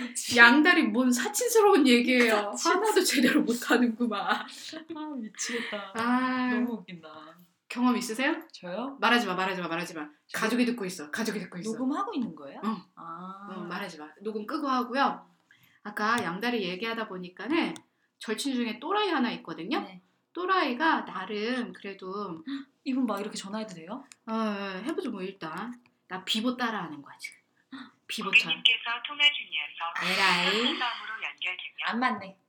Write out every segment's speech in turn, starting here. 미친. 양다리 뭔 사친스러운 얘기예요. 사친. 하나도 제대로 못하는구만. 아 미치겠다. 아 너무 웃긴다. 경험 있으세요? 저요? 말하지 마, 말하지 마, 말하지 마. 가족이 듣고 있어. 가족이 듣고 있어. 녹음하고 있는 거예요? 응. 아. 어, 말하지 마. 녹음 끄고 하고요. 아까 양다리 얘기하다 보니까는 절친 중에 또라이 하나 있거든요. 네. 또라이가 나름 그래도 이분 막 이렇게 전화해도 돼요? 어, 해보죠 뭐 일단 나 비보 따라하는 거야 지금. 그렇죠. 비보처럼. 고객님께서 통화 중이어서 에라이.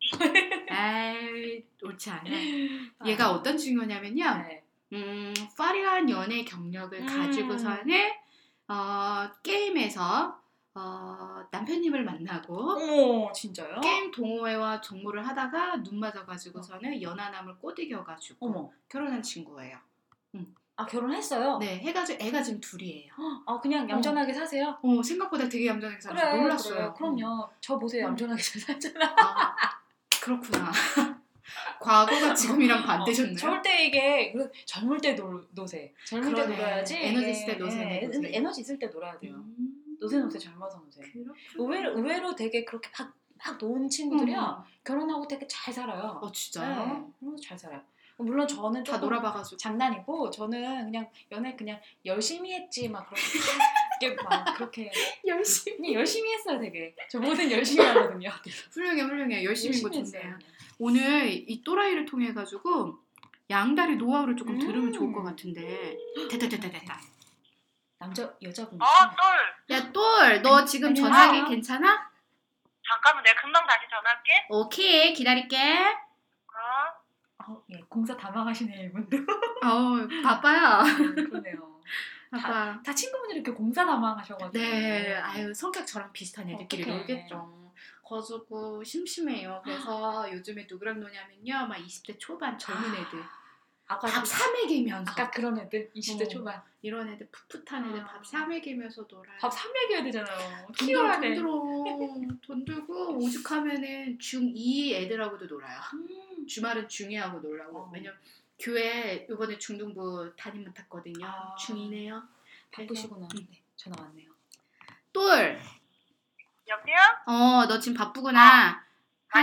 상담으로 연결되며 안 맞네. 에이 옳지 않아. 얘가 어떤 친구냐면요. 네. 음, 화려한 연애 경력을 음. 가지고서는 어, 게임에서 어, 남편님을 만나고 어머 진짜요? 게임 동호회와 정모를 하다가 눈 맞아가지고서는 연하남을 꼬드겨가지고 어. 어머. 결혼한 친구예요. 아 결혼했어요? 네, 해가지고 애가 지금 둘이에요. 아 그냥 얌전하게 사세요? 어, 생각보다 되게 얌전하게 살아서 놀랐어요. 음. 그래요. 그럼요. 저 보세요. 얌전하게 잘 살잖아. 아, 그렇구나. 과거가 지금이랑 반대셨네요. 어, 절대 이게 그 젊을 때 놀, 노세. 젊을 그러네. 때 놀아야지. 에너지 이게, 있을 때 노세네, 예, 노세. 에너지 있을 때 놀아야 돼요. 음, 노세 노세 젊어서 노세. 그렇구나. 음. 의외로, 의외로 되게 그렇게 막, 막 노은 친구들이야. 결혼하고 되게 잘 살아요. 어, 진짜요? 네, 그래서 잘 살아요. 물론 저는 다 조금 놀아봐가지고. 장난이고 저는 그냥 연애 그냥 열심히 했지 막 그렇게 이렇게 막 그렇게 열심히. 그냥 열심히 했어요 되게 저보다는 열심히 하거든요 훌륭해, 훌륭해. 열심히 인거 했어요, 좋네요. 그냥. 오늘 이 또라이를 통해 가지고 양다리 노하우를 조금 음. 들으면 좋을 것 같은데 됐다 됐다 됐다 남자 여자분 어, 똘! 야 똘, 너 아니, 지금 안녕하세요. 전화하기 괜찮아? 잠깐만 내가 금방 다시 전화할게. 오케이 기다릴게 어? 어, 예, 공사 다망하시네요 이분도 어우 바빠요 음, 그러네요 바빠 다 친구분들이 이렇게 공사 다망하셔가지고 네 아유 성격 저랑 비슷한 애들끼리 어떡해. 놀겠죠 거주고 심심해요 그래서 요즘에 누구랑 노냐면요 막 20대 초반 젊은 애들 아까 밥 그- 3회기면서 아까 그런 애들 20대 어. 초반 이런 애들 풋풋한 애들 아. 밥 3회기면서 놀아요 밥 300이어야 되잖아요 돈 키워야 돼 들어, 돈 들어. 돈 들고 오죽하면은 중2 애들하고도 놀아요. 음. 주말은 중이하고 놀라고. 어. 왜냐면 교회 이번에 중등부 담임 맡았거든요. 아. 중이네요. 바쁘시구나 음. 네, 전화 왔네요 똘, 여보세요? 어, 너 지금 바쁘구나. 한-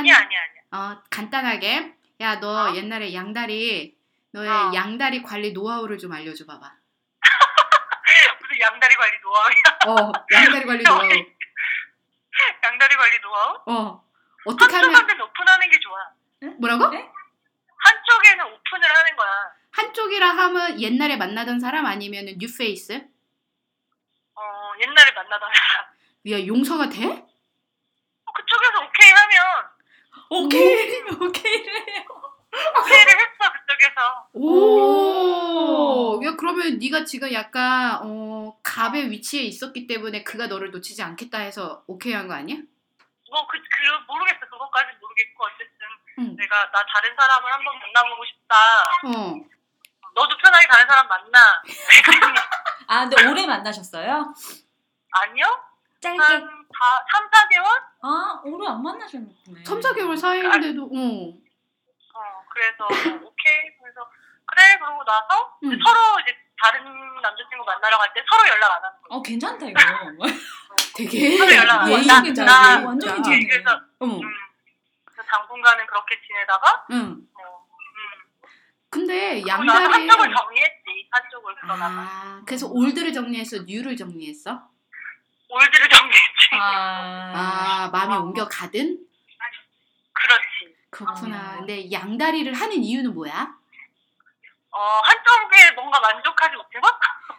아니야, 아니야, 아니야. 어, 간단하게. 야, 너 어? 옛날에 양다리, 너의 어. 양다리 관리 노하우를 좀 알려줘 봐봐. 무슨 양다리 관리 노하우? 어, 양다리 관리 노하우. 양다리 관리 노하우? 어, 그 어떻게 하면 한쪽한테 오픈하는 게 좋아. 뭐라고? 네? 한쪽에는 오픈을 하는 거야. 한쪽이라 하면 옛날에 만나던 사람 아니면 은 뉴페이스? 어, 옛날에 만나던 사람. 야, 용서가 돼? 어, 그쪽에서 오케이 하면 어, 오케이 오케이래 오케이를 했어, 그쪽에서. 오, 야 그러면 네가 지금 약간 어 갑의 위치에 있었기 때문에 그가 너를 놓치지 않겠다 해서 오케이 한 거 아니야? 뭐, 그, 그, 모르겠어. 그것까진 모르겠고, 어쨌든 응. 내가 나 다른 사람을 한번 만나보고 싶다. 어, 너도 편하게 다른 사람 만나. 아 근데 오래 만나셨어요? 아니요? 짧게 한 다, 3, 4개월? 아 오래 안 만나셨네 3, 4개월 사이인데도 어. 어, 그래서 뭐, 오케이. 그래서 그래. 그러고 나서 응. 서로 이제 다른 남자친구 만나러 갈 때 서로 연락 안 하는 거예요. 어 괜찮다 이거 되게 서로 네. 연락 안 아, 예의 나- 있다, 나- 예의 있다. 완전 이제 괜찮네 그래서 어머, 음, 그래서 당분간은 그렇게 지내다가 응. 어, 음, 근데 그러고 나서 양다리 한쪽을 정리했지. 한쪽을 그러다가 아, 그래서 올드를 정리해서 뉴를 정리했어? 올드를 정리했지. 네. 아, 아, 어. 마음이 옮겨 가든? 그렇지. 그렇구나. 아. 근데 양다리를 하는 이유는 뭐야? 어, 한쪽에 뭔가 만족하지 못해서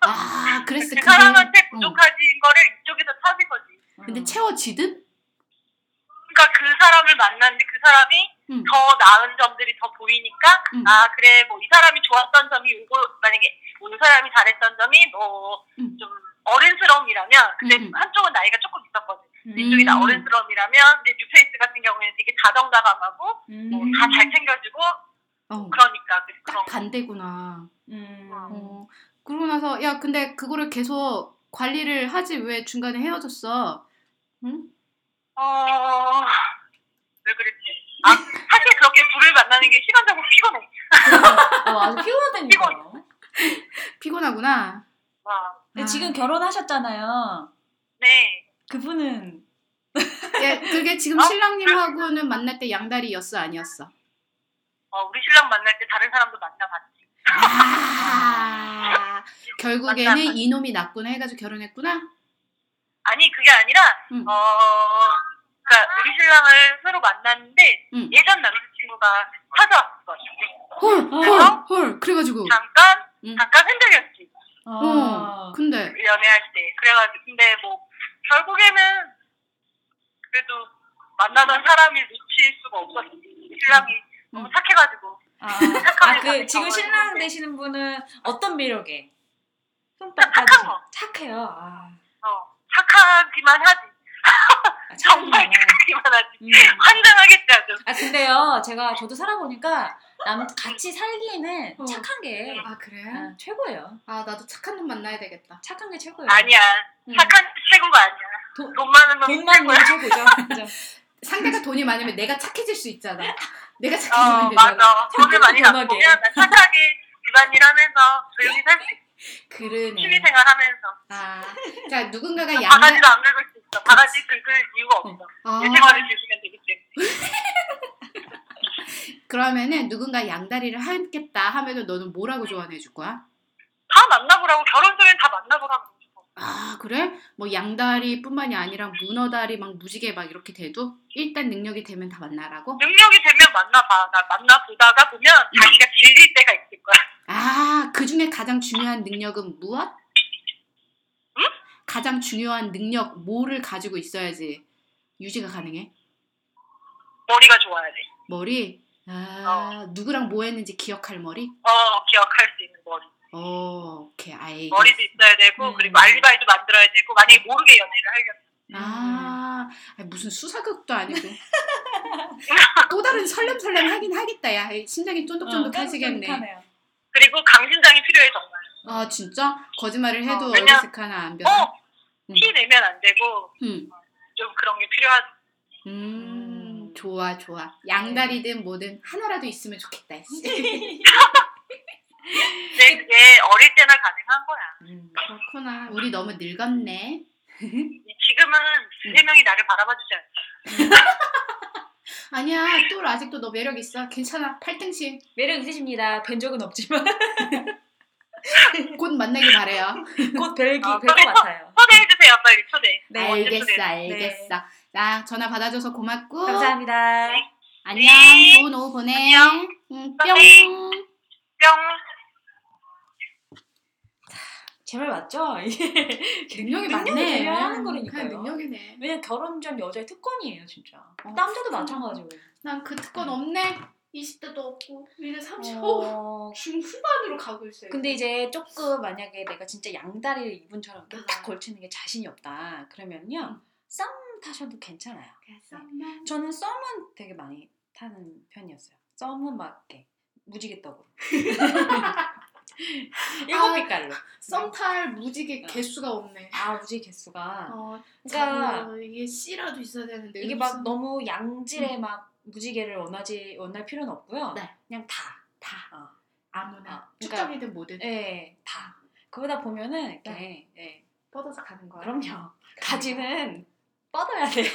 아, 그래서 그 그게 사람한테 어. 부족하진 거를 이쪽에서 찾은 거지. 근데 채워지든? 그러니까 그 사람을 만났는데 그 사람이 음. 더 나은 점들이 더 보이니까 음. 아 그래 뭐 이 사람이 좋았던 점이 이거 만약에 오는 사람이 잘했던 점이 뭐 좀 음. 어른스러움이라면 근데 음, 음. 한쪽은 나이가 조금 있었거든 이쪽이 이쪽이 나 음. 어른스러움이라면 근데 뉴페이스 같은 경우에는 되게 다정다감하고 음, 음. 뭐 다 잘 챙겨주고 어, 그러니까 그- 딱 그런 거. 반대구나. 음. 어, 그러고 나서 야 근데 그거를 계속 관리를 하지 왜 중간에 헤어졌어? 응? 어... 왜 그랬지? 아, 사실 그렇게 둘을 만나는 게 시간적으로 피곤해. 어, 아주 피곤하다니까요 피곤하구나. 와. 근데 아. 지금 결혼하셨잖아요 네. 그분은 야, 예, 그게 그게 지금 어? 신랑님하고는 만날 때 양다리였어 아니었어? 어, 우리 신랑 만날 때 다른 사람도 만나봤지. 아 맞다. 결국에는 이놈이 낫구나 해가지고 결혼했구나. 아니 그게 아니라 응. 어, 그러니까 우리 신랑을 새로 만났는데 응. 예전 남자친구가 찾아왔어. 헐헐 그래서? 헐, 그래가지고 잠깐 응. 잠깐 흔들렸지 어 근데 음. 연애할 때. 그래가지고 근데 뭐 결국에는 그래도 만나던 사람이 놓칠 수가 없었어. 신랑이 너무 음. 착해가지고 아, 착하게 아, 그 사는 지금 경우는 신랑 있는데. 되시는 분은 어떤 매력에 손뼉 착한 빠지죠? 거. 착해요. 아, 어, 착하기만 하지. 아, 착한 정말 거구나. 착하기만 하지. 음. 환장하겠지 아주. 아 근데요, 제가 저도 살아보니까 남 같이 살기에는 어. 착한 게 아 그래? 음. 아, 최고예요. 아 나도 착한 놈 만나야 되겠다. 착한 게 최고예요. 아니야. 응. 착한 최고가 아니야. 돈- 돈 많은 놈이 돈만 최고야. 내면 최고죠. 그죠? 상대가 돈이 많으면 내가 착해질 수 있잖아. 내가 어 착해지면 되잖아. 맞아. 돈을 꼼꼼하게. 많이 갖고 오면 난 착하게 집안일 하면서 조용히 살 수 있어. 그러네. 취미생활 하면서. 아, 그러니까 누군가가 또 양다. 바가지도 안 긁을 수 있어. 바가지 긁을 이유가 없어. 아, 내 생활을 즐기면 되겠지. 그러면은 누군가 양다리를 하겠다 하면은 너는 뭐라고 조언해 줄 거야? 다 만나보라고 결혼 전엔 다 만나보라고 그러고 싶어. 아 그래? 뭐 양다리뿐만이 아니라 문어다리 막 무지개 막 이렇게 돼도 일단 능력이 되면 다 만나라고? 능력이 되면 만나봐. 나 만나보다가 보면 자기가 질릴 때가 있을 거야. 아, 그 중에 가장 중요한 능력은 무엇? 가장 중요한 능력, 뭐를 가지고 있어야지 유지가 가능해? 머리가 좋아야 돼. 머리? 아, 누구랑 뭐 했는지 기억할 머리? 어, 기억할 수 있는 머리. 어, 오케이, 아이. 머리도 있어야 되고, 음. 그리고 알리바이도 만들어야 되고, 만약에 모르게 연애를 하려면. 아, 아니, 무슨 수사극도 아니고. 또 다른 설렘설렘 하긴 하겠다, 야. 심장이 어. 쫀득쫀득해지겠네. 쫀득쫀득하네요. 그리고 강심장이 필요해, 정말. 아, 진짜? 거짓말을 해도 어, 얼굴 왜냐- 색 하나 안 변해? 어! 티 내면 안 되고, 음. 좀 그런 게 필요하지. 음, 좋아, 좋아. 양다리든 뭐든 하나라도 있으면 좋겠다, 씨. 근데 그게 어릴 때나 가능한 거야. 음. 그렇구나. 우리 너무 늙었네. 지금은 두세 명이 나를 바라봐주지 않아. 아니야, 또 아직도 너 매력 있어. 괜찮아. 팔등신. 매력 있으십니다. 뵌 적은 없지만 곧 만나길 바래요. 곧 뵐기 아, 뵐것 같아요. 초대해주세요, 빨리 초대. 네, 알겠어, 네. 알겠어. 나 전화 받아줘서 고맙고. 감사합니다. 네. 안녕. 네. 좋은 오후 보내. 안녕. 응, 네. 뿅. 뿅! 제 말 맞죠? 이게 능력이 능력이 많네. 돼야 그냥 하는 거니까요. 능력이네. 왜냐면 결혼 전 여자의 특권이에요, 진짜. 어, 남자도 그렇구나. 마찬가지고. 난 그 특권 없네. 20대도 없고 이제 30. 어. 어, 중후반으로 가고 있어요. 근데 이제 조금 만약에 내가 진짜 양다리를 이분처럼 이렇게 아. 딱 걸치는 게 자신이 없다. 음. 그러면요. 썸 타셔도 괜찮아요. 쌈만. 저는 썸은 되게 많이 타는 편이었어요. 썸은 막 이렇게 무지개 떡으로. 일곱 아. 빛깔로. 썸탈 무지개 개수가 없네. 아, 무지개 개수가. 어, 그러니까 참, 이게 C라도 있어야 되는데 이게 막 너무 양질의 막 무지개를 원하지 원할 필요는 없고요. 음. 네. 그냥 다. 다 어. 아무나 아, 그러니까- 축적이든 뭐든 예, 다. 그러다 보면은 이렇게 네. 예. 뻗어서 가는 거야. 음. 그럼요. 가지는 뻗어야 돼요.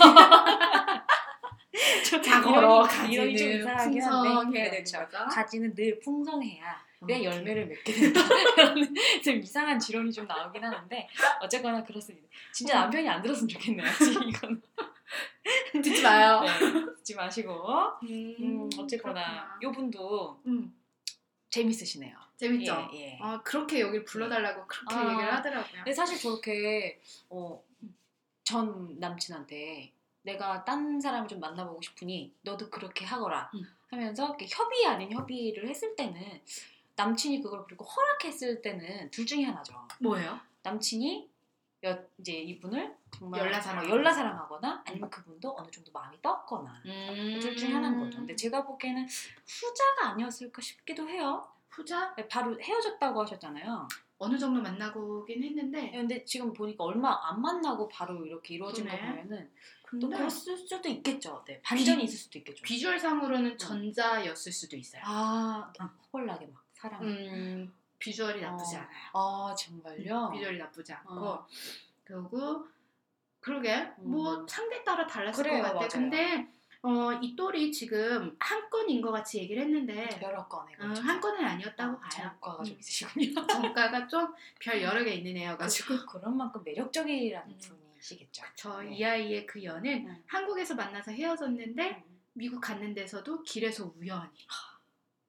저 자거로 이런 좀 가지는 이상하긴 한데. 풍성해야 음. 되는 그렇죠. 거죠. 가지는 늘 풍성해야 내 오케이. 열매를 맺게 된다. 이런 좀 이상한 지론이 좀 나오긴 하는데 어쨌거나 그렇습니다. 음. 진짜 남편이 안 들었으면 좋겠네요. 지금 이건 듣지 마요. 네, 듣지 마시고 음, 음, 어쨌거나 그렇구나. 요분도 음, 재밌으시네요. 재밌죠. 예, 예. 아 그렇게 여길 불러달라고 그렇게 아. 얘기를 하더라고요. 근데 사실 저렇게 어, 전 남친한테 내가 딴 사람을 좀 만나보고 싶으니 너도 그렇게 하거라 음. 하면서 이렇게 협의 아닌 협의를 했을 때는 남친이 그걸 그리고 허락했을 때는 둘 중에 하나죠. 뭐예요? 남친이 여- 이제 이분을 정말 열나사랑. 어, 열나사랑하거나 아니면 그분도 어느 정도 마음이 떴거나 그 음... 둘 중에 하나인 거죠. 근데 제가 보기에는 후자가 아니었을까 싶기도 해요. 후자 바로 헤어졌다고 하셨잖아요. 어느 정도 만나고긴 예, 했는데 근데 지금 보니까 얼마 안 만나고 바로 이렇게 이루어진 거 그러네. 보면은 또 근데 그랬을 수도 있겠죠. 네, 반전이 비- 있을 수도 있겠죠. 비주얼상으로는 전자였을 수도 있어요. 네. 아, 아, 허벌나게 막 사랑. 음 비주얼이 나쁘지 어. 않아요. 아 정말요? 비주얼이 나쁘지 않고 어. 그리고 그러게 뭐 음. 상대 따라 달랐을 그래요, 것 같아. 맞아요. 근데 어, 이 똘이 지금 한 건인 것 같이 얘기를 했는데 여러 건에 어, 한 건은 아니었다고 봐요. 전과가 음. 좀 있으시군요. 정가가 좀 별 여러 개 있는 애여가지고 그, 그런 만큼 매력적이라는 음. 분이시겠죠. 저 네. 이 아이의 그 연은 음. 한국에서 만나서 헤어졌는데 음. 미국 갔는데서도 길에서 우연히 아.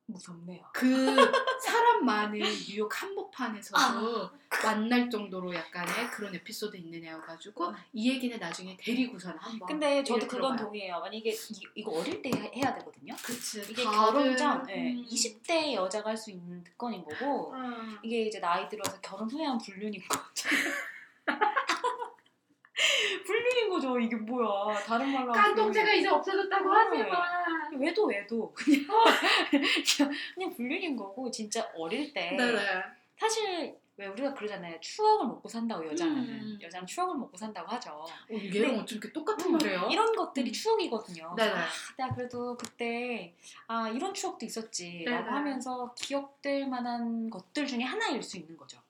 무섭네요. 그 사람 많은 뉴욕 한복판에서도 아. 만날 정도로 약간의 그런 에피소드 있는 네. 애여가지고 이 얘기는 나중에 데리고선 한번 근데 저도 얘기를 그건 들어봐요. 동의해요. 만약에 이, 이거 어릴 때 해- 해야 되거든요. 그치 이게 다들- 결혼 전 예, 음. 20대 여자가 할 수 있는 특권인 거고 음. 이게 이제 나이 들어서 결혼 후에 한 불륜인 거죠. 불륜인 거죠. 이게 뭐야? 다른 말로 하면 깐동체가 불륜이지. 이제 없어졌다고 네. 하지만 외도 외도 그냥 그냥- 그냥 불륜인 거고 진짜 어릴 때 네네 사실 왜 우리가 그러잖아요. 추억을 먹고 산다고 여자는 음. 여자는 추억을 먹고 산다고 하죠. 어, 얘랑 네. 어쩜 이렇게 똑같은 거래요? 이런 것들이 음. 추억이거든요. 네네. 아, 나 그래도 그때 아 이런 추억도 있었지라고 네네. 하면서 기억될 만한 것들 중에 하나일 수 있는 거죠.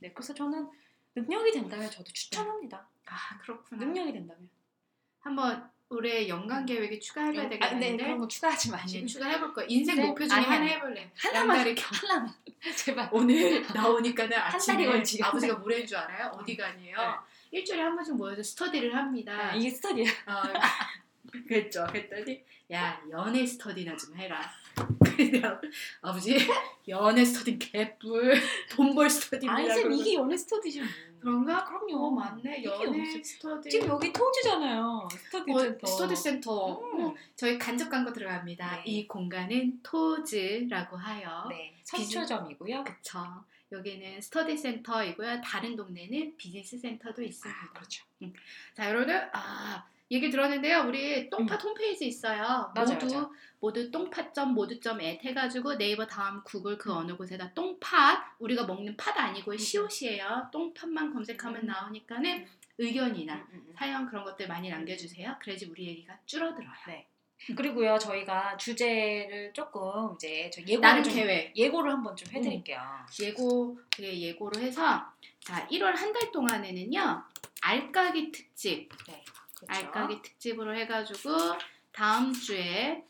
네, 그래서 저는 능력이 된다면 저도 추천합니다. 아 그렇구나 능력이 된다면. 한번 올해 연간 계획에 추가해봐야 음. 아, 네, 되겠는데 그런 거 다시 추가하지 마시고 추가해볼 거야 인생 네. 목표 중에 아니, 하나 아니. 해볼래 하나만 양다리 경 하나만 제발. 오늘 나오니까는 달이 네. 아침에 걸리지. 아버지가 뭐라는 줄 알아요? 어디 가니에요? 일주일에 한 번씩 모여서 스터디를 합니다 아, 이게 스토리야. 어, 그랬죠. 그랬더니 야 연애 스터디나 좀 해라. 그래서 아버지 연애 스터디 개뿔 돈 벌 스터디라고. 아니 쌤 이게 연애 스토리지 뭐. 그런가? 어, 그럼요. 맞네. 이게 연애 연애 스터디. 지금 여기 토지잖아요. 스터디 어, 센터. 스터디 센터. 음. 어, 저희 간접 광고 들어갑니다. 네. 이 공간은 토즈라고 하여. 네, 서초점이고요. 그쵸. 여기는 스터디 센터이고요. 다른 동네는 비즈니스 센터도 있습니다. 아, 그렇죠. 자, 여러분들, 아, 얘기 들었는데요. 우리 똥팟 홈페이지 있어요. 음. 맞아요, 모두, 맞아요. 모두 똥팟점, 모두점 앱 해가지고 네이버 다음 구글 그 어느 곳에다 똥팟, 우리가 먹는 팟 아니고 시옷이에요. 똥팟만 검색하면 음. 나오니까는 음. 의견이나 음, 음, 음. 사연 그런 것들 많이 남겨주세요. 그래야지 우리 얘기가 줄어들어요. 네. 그리고요 저희가 주제를 조금 이제 저 예고를 나는 좀 계획. 음. 예고를 한번 좀 해드릴게요. 예고, 되게 예고로 해서 자, 1월 한 달 동안에는요. 알까기 특집. 그렇죠? 알까기 특집으로 해가지고 다음 주에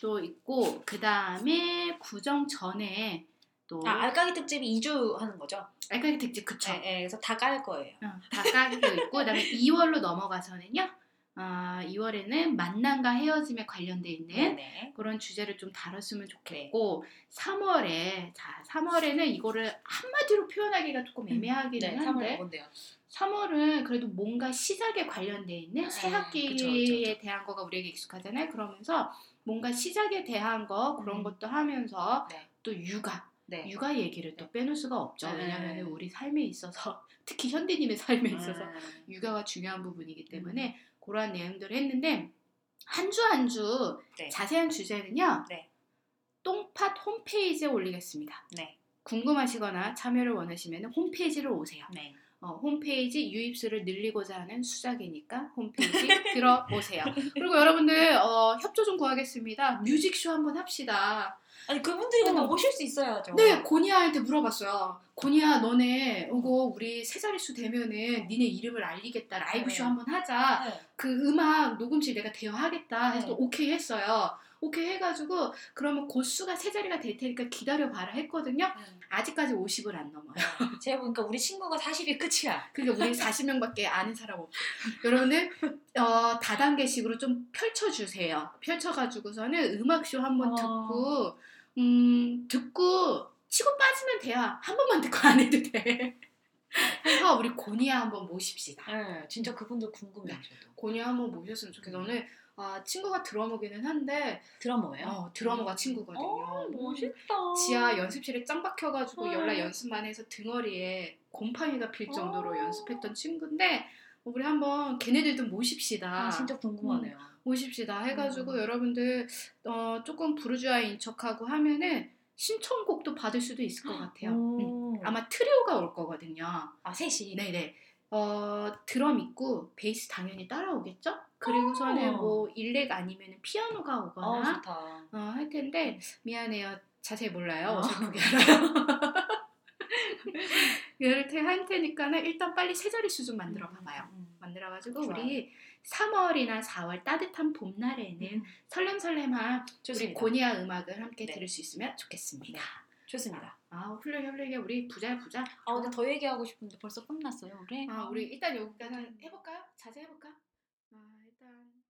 또 있고 그 다음에 구정 전에 또 아, 알까기 특집이 2주 하는 거죠? 알까기 특집 그쵸? 네, 네, 그래서 다 깔 거예요. 응, 다 까기도 있고 그다음에 2월로 넘어가서는요. 아 2월에는 만남과 헤어짐에 관련돼 있는 네. 그런 주제를 좀 다뤘으면 좋겠고 3월에 자 3월에는 이거를 한마디로 표현하기가 조금 애매하기는 네, 3월에 한데 뭔데요? 3월은 그래도 뭔가 시작에 관련돼 있는 새 음, 학기에 그쵸, 그쵸, 그쵸. 대한 거가 우리에게 익숙하잖아요. 그러면서 뭔가 시작에 대한 거 그런 음. 것도 하면서 네. 또 육아, 네. 육아 얘기를 또 빼놓을 수가 없죠. 네. 왜냐하면 우리 삶에 있어서 특히 현대님의 삶에 있어서 음. 육아가 중요한 부분이기 때문에 그러한 내용들을 했는데 한 주 한 주 네. 자세한 주제는요. 네. 똥팟 홈페이지에 올리겠습니다. 네. 궁금하시거나 참여를 원하시면 홈페이지로 오세요. 네. 어, 홈페이지 유입수를 늘리고자 하는 수작이니까 홈페이지 들어보세요. 그리고 여러분들 어, 협조 좀 구하겠습니다. 뮤직쇼 한번 합시다. 아니 그분들이 다 어. 오실 수 있어야죠. 네, 고니아한테 물어봤어요. 고니아 너네 이거 우리 세 자릿수 되면은 니네 이름을 알리겠다. 라이브쇼 네. 한번 하자. 네. 그 음악 녹음실 내가 대여하겠다 해서 네. 오케이 했어요. 오케이 해가지고 그러면 고수가 세 자리가 될 테니까 기다려봐라 했거든요. 음. 아직까지 50을 안 넘어요. 네. 제가 보니까 우리 친구가 40이 끝이야. 그러니까 우리 40명밖에 아는 사람 없어. 여러분들 어, 다단계식으로 좀 펼쳐주세요. 펼쳐가지고서는 음악쇼 한번 어. 듣고 음 듣고 치고 빠지면 돼요. 한 번만 듣고 안 해도 돼. 그래서 우리 고니야 한번 모십시다. 네, 진짜 그분들 궁금해요. 저도. 고니야 한번 모셨으면 좋겠어. 음. 오늘 아, 친구가 드러머기는 한데 드러머예요? 어, 드러머가 친구거든요. 어, 멋있다. 지하 연습실에 짱 박혀가지고 음. 연락 연습만 해서 등어리에 곰팡이가 필 정도로 어. 연습했던 친구인데 우리 한번 걔네들도 모십시다. 아, 진짜 궁금하네요. 모십시다 해가지고 음. 여러분들 어, 조금 부르주아인 척하고 하면은 신청곡도 받을 수도 있을 것 같아요. 음. 오. 아마 트리오가 올 거거든요. 어. 아 셋이. 네네. 어, 드럼 있고 베이스 당연히 따라오겠죠? 그리고서는 어. 뭐 일렉 아니면 피아노가 아 오거나 좋다. 어, 할 텐데 미안해요. 자세히 몰라요. 어. 어설프게 알아요. 그거를 테- 할 테니까는 일단 빨리 세 자리 수준 만들어 봐봐요. 음. 만들어가지고 좋아요. 우리 3월이나 4월 따뜻한 봄날에는 설렘설렘한 우리 음. 좋습니다. 고니아 음악을 함께 네. 들을 수 있으면 좋겠습니다. 좋습니다. 아 훌륭해 훌륭해 우리 부자 부자. 아 근데 더 얘기하고 싶은데 벌써 끝났어요 우리. 아 우리 일단 여기까지 해볼까요? 자세히 해볼까? 아 일단.